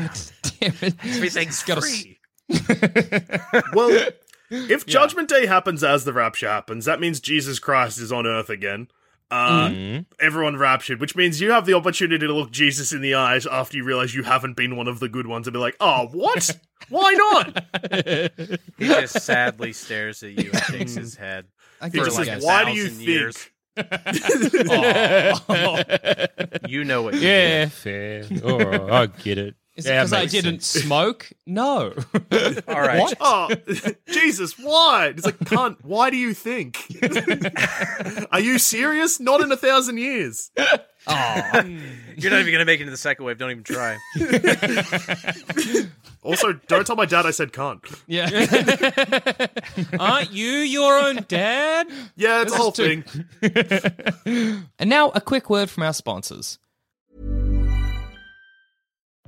S5: it. Damn it.
S3: Everything's
S5: Gotta s-
S3: free.
S2: Well, if Judgment Day happens as the rapture happens, that means Jesus Christ is on earth again. Uh,
S4: Mm.
S2: Everyone raptured, which means you have the opportunity to look Jesus in the eyes after you realize you haven't been one of the good ones and be like, oh, what? Why not?
S3: He just sadly stares at you and shakes his head.
S5: I
S2: You're
S5: guess
S2: just
S5: I
S2: like,
S5: guess.
S2: why do you
S3: 1,000
S2: think?
S3: years.
S4: Oh.
S3: You know what? you
S4: yeah, fair. All right, I get it.
S5: Is it
S4: Yeah,
S5: because I
S4: makes
S5: didn't
S4: sense.
S5: smoke? No.
S3: did. All right.
S2: Oh, Jesus, why? It's like, cunt, why do you think? Are you serious? Not in a thousand years.
S3: You're not even gonna make it into the second wave. Don't even try.
S2: Also, don't tell my dad I said can't.
S5: Yeah.
S4: Aren't you your own dad?
S2: Yeah, it's a whole thing.
S5: and now a quick word from our sponsors.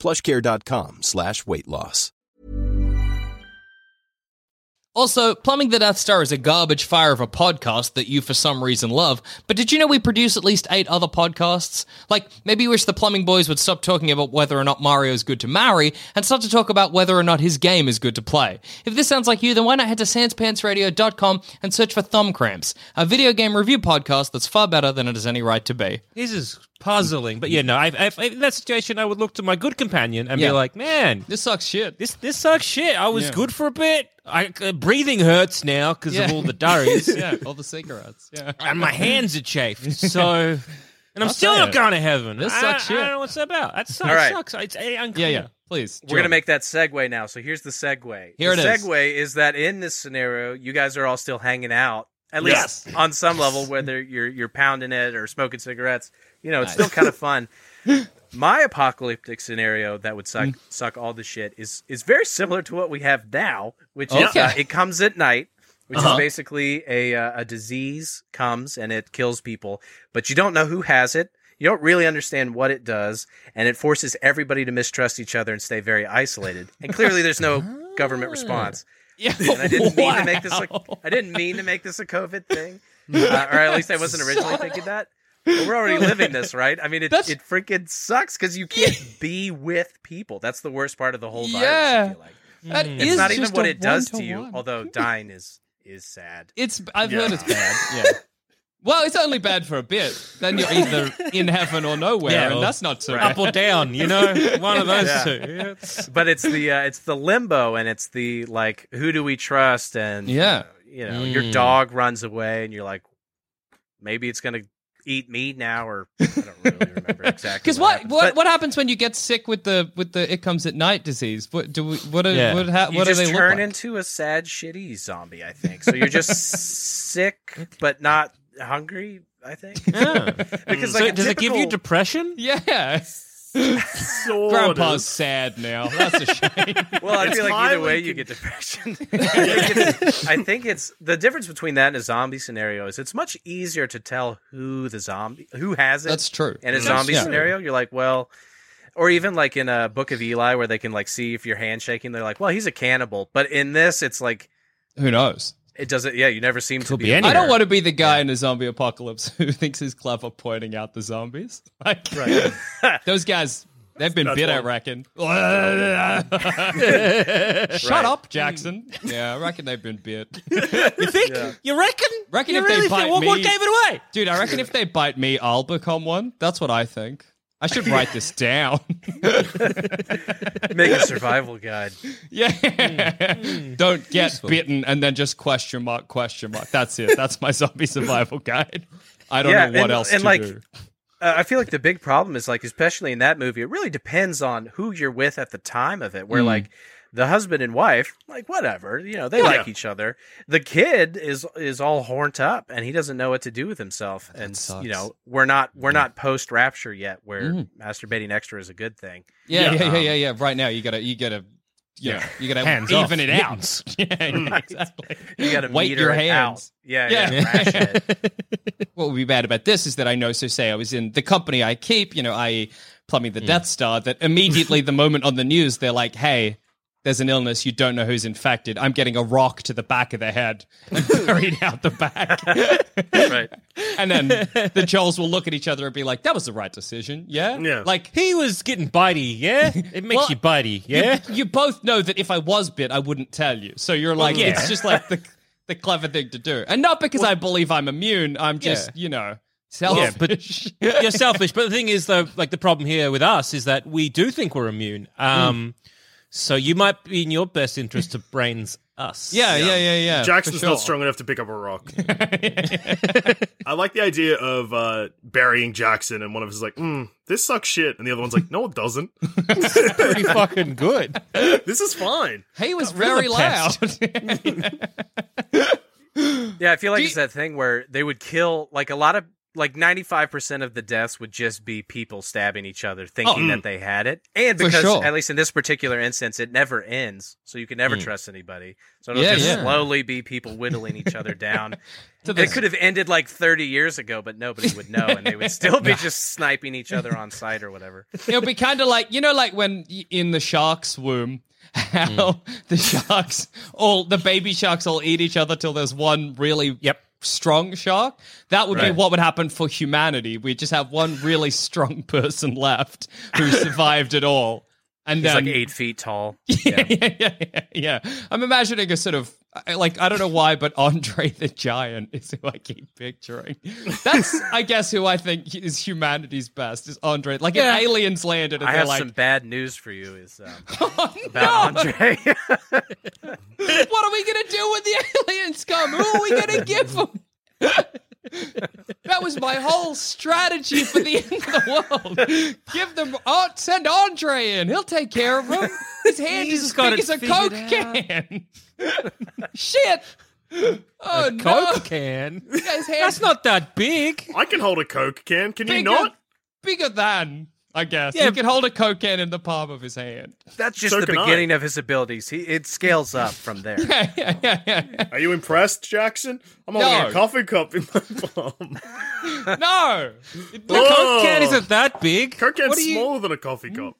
S6: plushcare.com slash weight loss.
S5: Also, Plumbing the Death Star is a garbage fire of a podcast that you for some reason love, but did you know we produce at least eight other podcasts? Like, maybe you wish the Plumbing Boys would stop talking about whether or not Mario's good to marry and start to talk about whether or not his game is good to play. If this sounds like you, then why not head to sanspantsradio.com and search for Thumb Cramps, a video game review podcast that's far better than it has any right to be.
S4: This is puzzling, but yeah, no. I, I, in that situation, I would look to my good companion and
S5: Yeah.
S4: be like, "Man,
S5: This sucks shit.
S4: this this sucks shit. I was
S5: Yeah.
S4: good for a bit. I, uh, breathing hurts now because
S5: Yeah.
S4: of all the durries,
S5: yeah, all the cigarettes. Yeah.
S4: and my hands are chafed. So, and I'm still
S5: say
S4: not
S5: it.
S4: going to heaven.
S5: This
S4: I,
S5: sucks
S4: I don't
S5: shit.
S4: know what's that about. That sucks.
S3: All right.
S4: Sucks. It's uh, unclear.
S5: Yeah, yeah. Please.
S3: We're gonna make that segue now. So here's the segue.
S5: Here
S3: the
S5: it is.
S3: Segue is that in this scenario, you guys are all still hanging out, at least on some level, whether you're you're pounding it or smoking cigarettes. You know, it's still kind of fun. My apocalyptic scenario that would
S5: Mm.
S3: suck suck all the shit is is very similar to what we have now, which is uh,
S5: Okay.
S3: it comes at night, which
S5: Uh-huh.
S3: is basically a uh, a disease comes and it kills people, but you don't know who has it. You don't really understand what it does, and it forces everybody to mistrust each other and stay very isolated. And clearly, there's no
S5: Ah.
S3: government response.
S5: Yeah.
S3: And I didn't mean to make this like I didn't mean to make this a COVID thing, uh, or at least I wasn't originally thinking that. But we're already living this, right? I mean, it
S5: That's-
S3: it freaking sucks because you can't be with people. That's the worst part of the whole virus. I
S5: Yeah.
S3: feel like.
S5: That
S3: It's
S5: is
S3: not even
S5: just
S3: what
S5: a
S3: it does to you,
S5: one-to-one. Hmm.
S3: although dying is is sad.
S5: It's I've heard
S2: Yeah.
S5: it's bad. Yeah. Well, it's only bad for a bit. Then you're either in heaven or nowhere,
S4: Yeah, well,
S5: and that's not so
S4: Up
S5: bad.
S4: or down, you know, one of those
S3: Yeah.
S4: two. It's-
S3: But it's the uh, it's the limbo, and it's the like, who do we trust? And
S5: Yeah. Mm.
S3: you know, your dog runs away, and you're like, maybe it's gonna eat me now, or I don't really remember exactly.
S5: Because what
S3: happened.
S5: what,
S3: But-
S5: what happens when you get sick with the with the it comes at night disease? What do we what are,
S4: Yeah.
S5: what, ha,
S3: you
S5: what do
S3: just
S5: they look
S3: turn
S5: like?
S3: into a sad, shitty zombie. I think so. You're just sick, but not hungry. I think
S4: Yeah.
S3: because
S4: So
S3: like a
S4: does it give you
S3: typical-
S4: depression?
S5: yeah,
S2: Sort
S4: Oh,
S5: Grandpa's
S2: of.
S5: sad now. That's a shame.
S3: Well, I
S2: It's
S3: feel like either
S2: highly
S3: way you
S2: con-
S3: get depression. I, think it's, I think it's the difference between that and a zombie scenario is it's much easier to tell who the zombie who has it.
S5: That's true.
S3: In a
S5: That's
S3: zombie
S5: true.
S3: scenario, you're like, well, or even like in a Book of Eli where they can like see if you're handshaking. They're like, well, he's a cannibal. But in this, it's like
S5: Who knows?
S3: it doesn't. Yeah, you never seem to
S4: Could
S3: be.
S4: be
S3: a
S4: anyone.
S5: I
S3: winner.
S5: don't want to be the guy in a zombie apocalypse who thinks he's clever pointing out the zombies. Like, those guys, they've been bit, I reckon. Shut up, Jackson. Yeah, I reckon they've been bit.
S4: You think? You reckon?
S5: Reckon
S4: you
S5: if they
S4: really
S5: bite
S4: think? What, what
S5: me-
S4: gave it away?
S5: Dude, I reckon if they bite me, I'll become one. That's what I think. I should write this down.
S3: Make a survival guide.
S5: Yeah. Don't get bitten and then just question mark, question mark. That's it. That's my zombie survival guide. I don't know what
S3: and-
S5: else
S3: and
S5: to
S3: like,
S5: do.
S3: Uh, I feel like the big problem is like, especially in that movie, it really depends on who you're with at the time of it. Where
S5: Mm.
S3: like the husband and wife, like whatever, you know, they
S2: Yeah.
S3: like each other. The kid is is all horned up and he doesn't know what to do with himself. and
S5: sucks. Hmm.
S3: you know, we're not we're not post rapture yet, where masturbating extra is a good thing.
S5: Yeah, yeah, yeah,
S3: Um,
S5: yeah, yeah. Right now, you gotta, you gotta, you know, you gotta
S4: Hands
S5: even
S4: off.
S5: it out. yeah, yeah,
S3: Right.
S5: exactly.
S3: You got to
S5: Weight
S3: meter
S5: your
S3: it
S5: hands.
S3: Out. Yeah,
S5: Yeah.
S3: yeah. rash it.
S5: what would be bad about this is that I know, so say I was in the company I keep, you know, i.e., plumbing the Death Star, that immediately the moment on the news, they're like, hey, there's an illness, you don't know who's infected. I'm getting a rock to the back of the head and buried out the back.
S3: right.
S5: and then the Joels will look at each other and be like, that was the right decision. Yeah.
S2: Yeah.
S5: Like,
S4: He was getting bitey, yeah? It makes
S5: Well,
S4: you bitey, yeah?
S5: You, you both know that if I was bit, I wouldn't tell you. So you're like,
S4: yeah.
S5: it's just like the the clever thing to do, and not because I believe I'm immune. I'm just, you know,
S4: Yeah, but-
S5: selfish.
S4: You're selfish. But the thing is, though, like the problem here with us is that we do think we're immune. Um, So you might be in your best interest to brains us.
S5: Uh, yeah, yeah, yeah, yeah.
S2: Jackson's
S5: for sure.
S2: not strong enough to pick up a rock. I like the idea of uh, burying Jackson, and one of us is like, mm, "This sucks shit," and the other one's like, "No, it doesn't.
S4: pretty fucking good.
S2: This is fine."
S5: He was
S4: rid of
S5: very
S4: the
S5: loud.
S3: Yeah, I feel like
S5: Do
S3: it's
S5: you-
S3: that thing where they would kill like a lot of like ninety five percent of the deaths would just be people stabbing each other thinking
S5: Oh,
S3: that they had it, and
S5: For
S3: because
S5: sure.
S3: at least in this particular instance, it never ends, so you can never trust anybody. So it'll
S5: Mm. Yeah,
S3: just
S5: yeah.
S3: slowly be people whittling each other down.
S5: To the-
S3: it could have ended like thirty years ago, but nobody would know, and they would still be just sniping each other on site or whatever.
S5: It'll be kind of like you know, like when y- in the shark's womb, how
S3: Hmm.
S5: the sharks all the baby sharks all eat each other till there's one really
S4: Yep.
S5: strong shark. That would be
S3: Right.
S5: what would happen for humanity. We just have one really strong person left who survived it all, and
S3: He's
S5: then
S3: like eight feet tall.
S5: yeah. yeah, yeah, yeah, I'm imagining a sort of I- like I don't know why, but Andre the Giant is who I keep picturing. That's I guess who I think is humanity's best is Andre. Like
S4: Yeah.
S5: if aliens landed and
S3: I
S5: they're
S3: have
S5: like,
S3: some bad news for you. Is um,
S5: "Oh,
S3: about
S5: no,
S3: Andre.
S5: what are we gonna do when the aliens come? Who are we gonna give them? that was my whole strategy for the end of the world. Give them, oh, send Andre in. He'll take care of them. His hand
S4: He's
S5: is as
S4: got
S5: big
S4: it
S5: as a
S4: figured
S5: coke
S4: out.
S5: can. Shit. Oh no!
S4: Coke can.
S5: You guys' hands
S4: That's not that big.
S2: I can hold a coke can. Can you
S5: bigger,
S2: not?
S5: bigger than I guess.
S4: Yeah,
S5: he can hold a coke can in the palm of his hand.
S3: That's just
S2: So
S3: the
S2: can I.
S3: beginning of his abilities. He it scales up from there.
S5: Yeah, yeah, yeah, yeah.
S2: Are you impressed, Jackson? I'm holding
S5: No.
S2: a coffee cup in my palm.
S5: No,
S4: The Coke can isn't that big.
S2: Coke can's
S4: What do you-
S2: smaller than a coffee cup.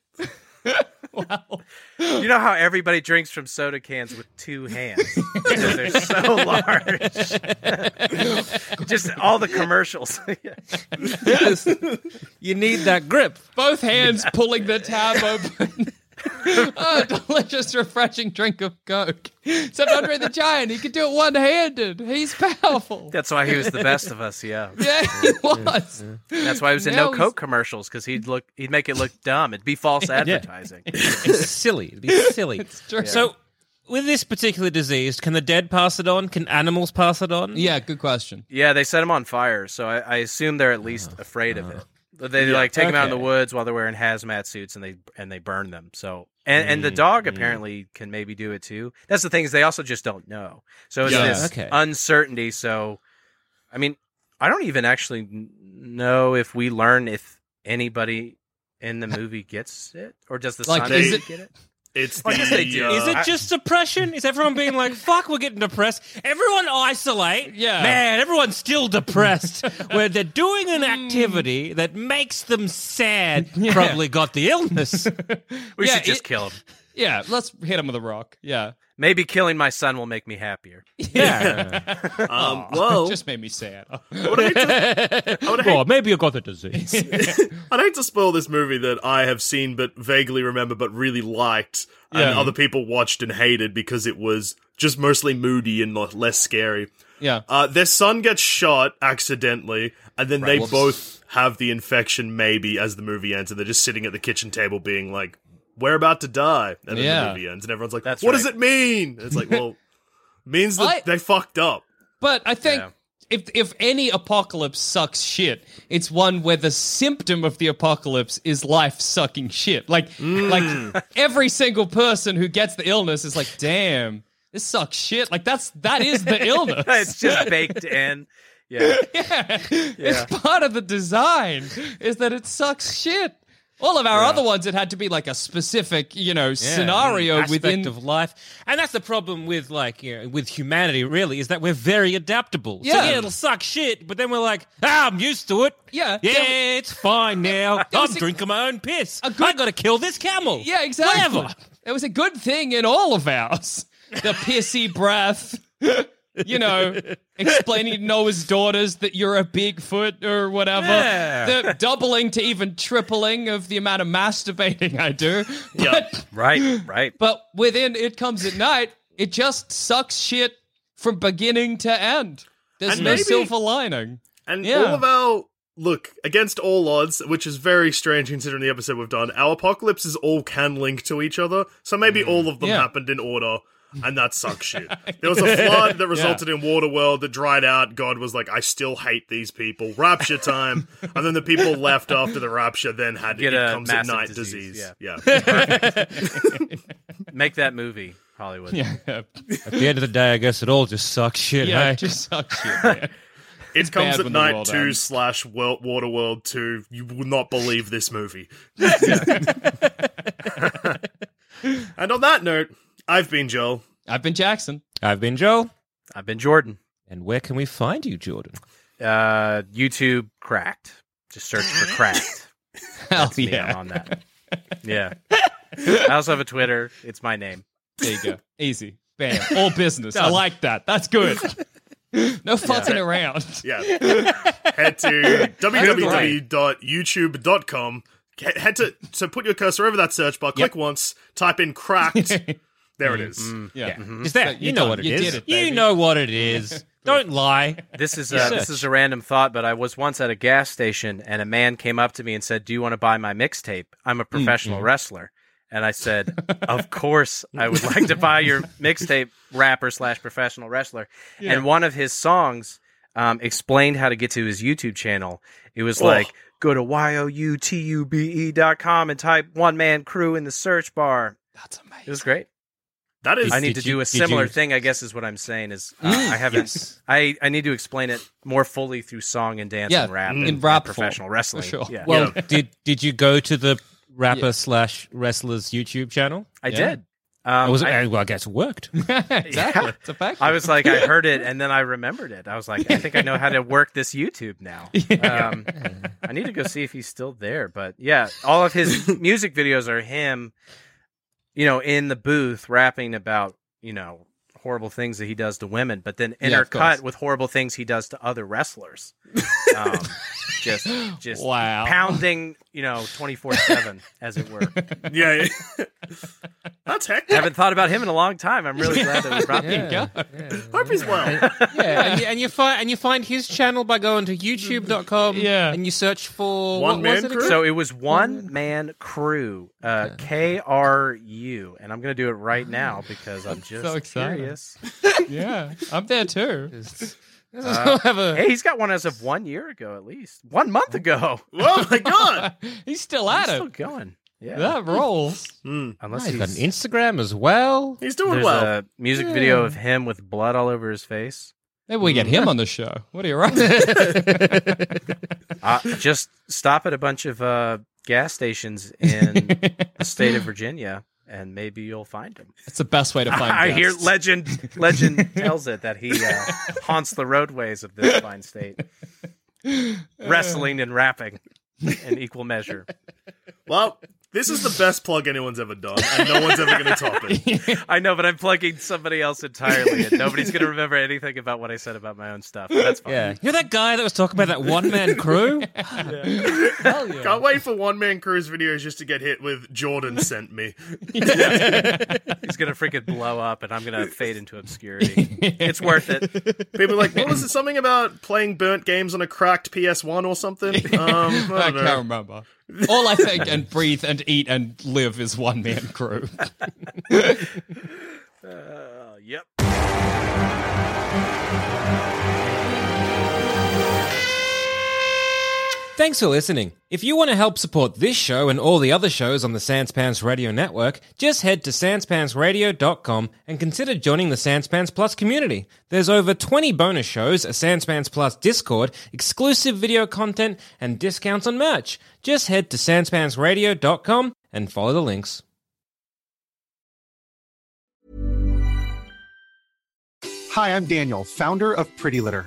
S3: You know how everybody drinks from soda cans with two hands because they're so large. Just all the commercials.
S4: Yes. you need that grip.
S5: both hands pulling the tab open. oh, delicious, refreshing drink of Coke. Except Andre the Giant, he could do it one handed. He's powerful.
S3: That's why he was the best of us. Yeah.
S5: Yeah, he was.
S3: That's why he was in
S5: Now
S3: no
S5: he's-
S3: Coke commercials because he'd look he'd make it look dumb. It'd be false advertising.
S4: It's silly. It'd be silly.
S5: true.
S4: So, with this particular disease, can the dead pass it on? Can animals pass it on?
S5: Yeah, good question.
S3: Yeah, they set him on fire, so I, I assume they're
S5: Oh,
S3: at least afraid of it. They like take him out in the
S4: okay.
S3: woods while they're wearing hazmat suits, and they and they burn them. So and and
S5: Mm,
S3: the dog apparently can maybe do it too. That's the thing is they also just don't know. So it's
S5: Yeah.
S3: this
S4: Okay.
S3: uncertainty. So, I mean, I don't even actually n- know if we learn if anybody in the movie gets it, or does the
S5: Like,
S3: son
S2: is
S5: it-
S3: get it?
S2: It's
S3: I
S2: the,
S3: guess they do.
S2: uh,
S4: Is it
S3: I-
S4: just depression? Is everyone being like, fuck, we're getting depressed? Everyone isolate.
S5: Yeah.
S4: Man, everyone's still depressed. where they're doing an activity that makes them sad, probably got the illness.
S3: We
S5: Yeah,
S3: should just
S5: it-
S3: kill him.
S5: Yeah, let's hit him with a rock. Yeah.
S3: Maybe killing my son will make me happier.
S4: Yeah.
S2: um, well,
S5: Just made me sad.
S4: well, maybe I got the disease.
S2: I'd hate to spoil this movie that I have seen but vaguely remember but really liked, and
S5: Yeah.
S2: other people watched and hated because it was just mostly moody and not, less scary.
S5: Yeah.
S2: Uh, their son gets shot accidentally, and then
S5: Right.
S2: they
S5: Whoops.
S2: both have the infection, maybe, as the movie ends, and they're just sitting at the kitchen table being like, we're about to die. And then
S5: Yeah.
S2: the movie ends, and everyone's like, what does
S5: right.
S2: it mean? It's like, well, means that
S5: I-
S2: they fucked up.
S5: But I think if if any apocalypse sucks shit, it's one where the symptom of the apocalypse is life sucking shit. Like
S4: Hmm.
S5: like every single person who gets the illness is like, damn, this sucks shit. Like that's that is the illness.
S3: it's just baked in. Yeah.
S5: It's part of the design is that it sucks shit. All of our other ones, it had to be like a specific, you know,
S4: Yeah,
S5: scenario
S4: aspect
S5: within
S4: of life, and that's the problem with like you know, with humanity. Really, is that we're very adaptable. So,
S5: Yeah.
S4: yeah, it'll suck shit, but then we're like, ah, I'm used to it.
S5: Yeah,
S4: yeah,
S5: there
S4: it's fine now.
S5: there
S4: I'm
S5: was a-
S4: drinking my own piss. I got to kill this camel.
S5: Yeah, exactly.
S4: Whatever.
S5: It was a good thing in all of ours. The pissy breath, you know, explaining to Noah's daughters that you're a Bigfoot or whatever.
S4: Yeah.
S5: The doubling to even tripling of the amount of masturbating I do. But,
S3: Right, right.
S5: but within It Comes at Night, it just sucks shit from beginning to end. There's
S2: And
S5: no
S2: maybe-
S5: silver lining.
S2: And
S5: Yeah.
S2: all of our look against all odds, which is very strange considering the episode we've done. Our apocalypses all can link to each other, so maybe all of them
S5: Yeah.
S2: happened in order. And that sucks shit. There was a flood that resulted in Waterworld that dried out. God was like, I still hate these people. Rapture time. and then the people left after the rapture then had
S3: Get
S2: it
S3: a
S2: comes at
S3: massive
S2: night
S3: disease,
S2: disease.
S3: yeah.
S2: Yeah.
S3: Make that movie, Hollywood.
S5: Yeah.
S4: At the end of the day, I guess it all just sucks shit.
S5: Yeah,
S4: hey?
S5: it just sucks shit. man.
S2: it
S5: bad
S2: comes at
S5: when the
S2: night
S5: world
S2: two
S5: ends.
S2: slash Wel- Waterworld two. You will not believe this movie. and on that note, I've been Joel.
S5: I've been Jackson.
S4: I've been Joel,
S3: I've been Jordan.
S4: and where can we find you, Jordan?
S3: Uh, YouTube cracked. Just search for cracked.
S5: Hell
S3: Me, I'm on that. Yeah. I also have a Twitter. It's my name.
S5: There you go. Easy. Bam. All business. I like that. That's good. No fucking around.
S2: Yeah. Head to www.youtube.com. He- Head to so put your cursor over that search bar, click once, type in cracked. there it is.
S5: Mm-hmm. Yeah.
S4: Is that
S5: you
S4: you, know
S5: done-
S4: what it
S5: you
S4: is?
S5: did it,
S4: You
S5: baby.
S4: know what it is. Don't lie.
S3: This is
S4: Yeah.
S3: a, this is a random thought, but I was once at a gas station and a man came up to me and said, "Do you want to buy my mixtape? I'm a professional
S5: Mm-hmm.
S3: wrestler." And I said, "Of course, I would like to buy your mixtape, rapper slash professional wrestler." And one of his songs um, explained how to get to his YouTube channel. It was like, "Go to y o u t u b e dot com and type one man crew in the search bar."
S5: That's amazing.
S3: It was great.
S2: That is
S3: I need
S4: Did
S3: to
S4: you-
S3: do a
S4: did
S3: similar
S4: you-
S3: thing. I guess is what I'm saying is uh, I haven't.
S4: yes.
S3: I I need to explain it more fully through song and dance
S5: Yeah,
S3: and rap
S5: in
S3: and, and
S5: rap form,
S3: professional
S5: for
S3: wrestling.
S5: sure.
S3: Yeah,
S4: Well, did did you go to the rapper slash wrestler's YouTube channel?
S3: I
S5: yeah.
S3: did. Um,
S4: I was,
S3: I,
S4: well, I guess it worked.
S5: exactly. It's a fact.
S3: I was like, I heard it, and then I remembered it. I was like, I think I know how to work this YouTube now. Um, I need to go see if he's still there. But yeah, all of his music videos are him, you know, in the booth rapping about you know horrible things that he does to women, but then
S5: Yeah,
S3: intercut
S5: of course.
S3: with horrible things he does to other wrestlers. Um, just, just
S5: Wow.
S3: pounding, you know, twenty four seven, as it were.
S2: Yeah. yeah. That's hectic.
S3: Haven't thought about him in a long time. I'm really glad that we brought him.
S5: Yeah.
S2: Hope he's well.
S4: yeah, and you, and you find and you find his channel by going to YouTube.com.
S5: Yeah.
S4: and you search for
S2: One
S4: what
S2: man
S4: was it
S2: crew?
S4: again?
S3: So it was one man crew, uh, K R U, and I'm gonna do it right now because I'm just
S5: so exciting.
S3: curious.
S5: yeah. I'm there too.
S4: Have a-
S3: Hey, he's got one as of one year ago, at least one month ago.
S2: oh my god.
S5: He's still
S3: He's
S5: at
S3: still
S5: it.
S3: going. Yeah,
S5: That rolls.
S3: unless
S4: He's
S3: he's
S4: got an Instagram as well.
S2: He's doing
S3: There's
S2: well.
S3: a music video of him with blood all over his face.
S5: Maybe we get him on the show. What are you right?
S3: Uh, just stop at a bunch of uh, gas stations in the state of Virginia, and maybe you'll find him.
S5: It's the best way to find
S3: I hear
S5: guests.
S3: legend legend tells it that he uh, haunts the roadways of this fine state, wrestling and rapping in equal measure.
S2: Well, This is the best plug anyone's ever done, and no one's ever going to top it.
S3: I know, but I'm plugging somebody else entirely, and nobody's going to remember anything about what I said about my own stuff. That's fine.
S4: Yeah, you're that guy that was talking about that one man crew.
S2: Can't wait for one man cruise videos just to get hit with Jordan sent me.
S3: He's going to freaking blow up, and I'm going to fade into obscurity. it's worth it.
S2: People are like, what was it? Something about playing burnt games on a cracked PS1 or something? Um, I
S5: I
S2: don't know.
S5: can't remember. All I think and breathe and eat and live is one man crew.
S3: Uh, yep.
S4: Thanks for listening. If you want to help support this show and all the other shows on the Sanspants Radio Network, just head to sanspantsradio.com and consider joining the Sanspants Plus community. There's over 20 bonus shows, a Sanspants Plus Discord, exclusive video content, and discounts on merch. Just head to sanspantsradio.com and follow the links.
S7: Hi, I'm Daniel, founder of Pretty Litter.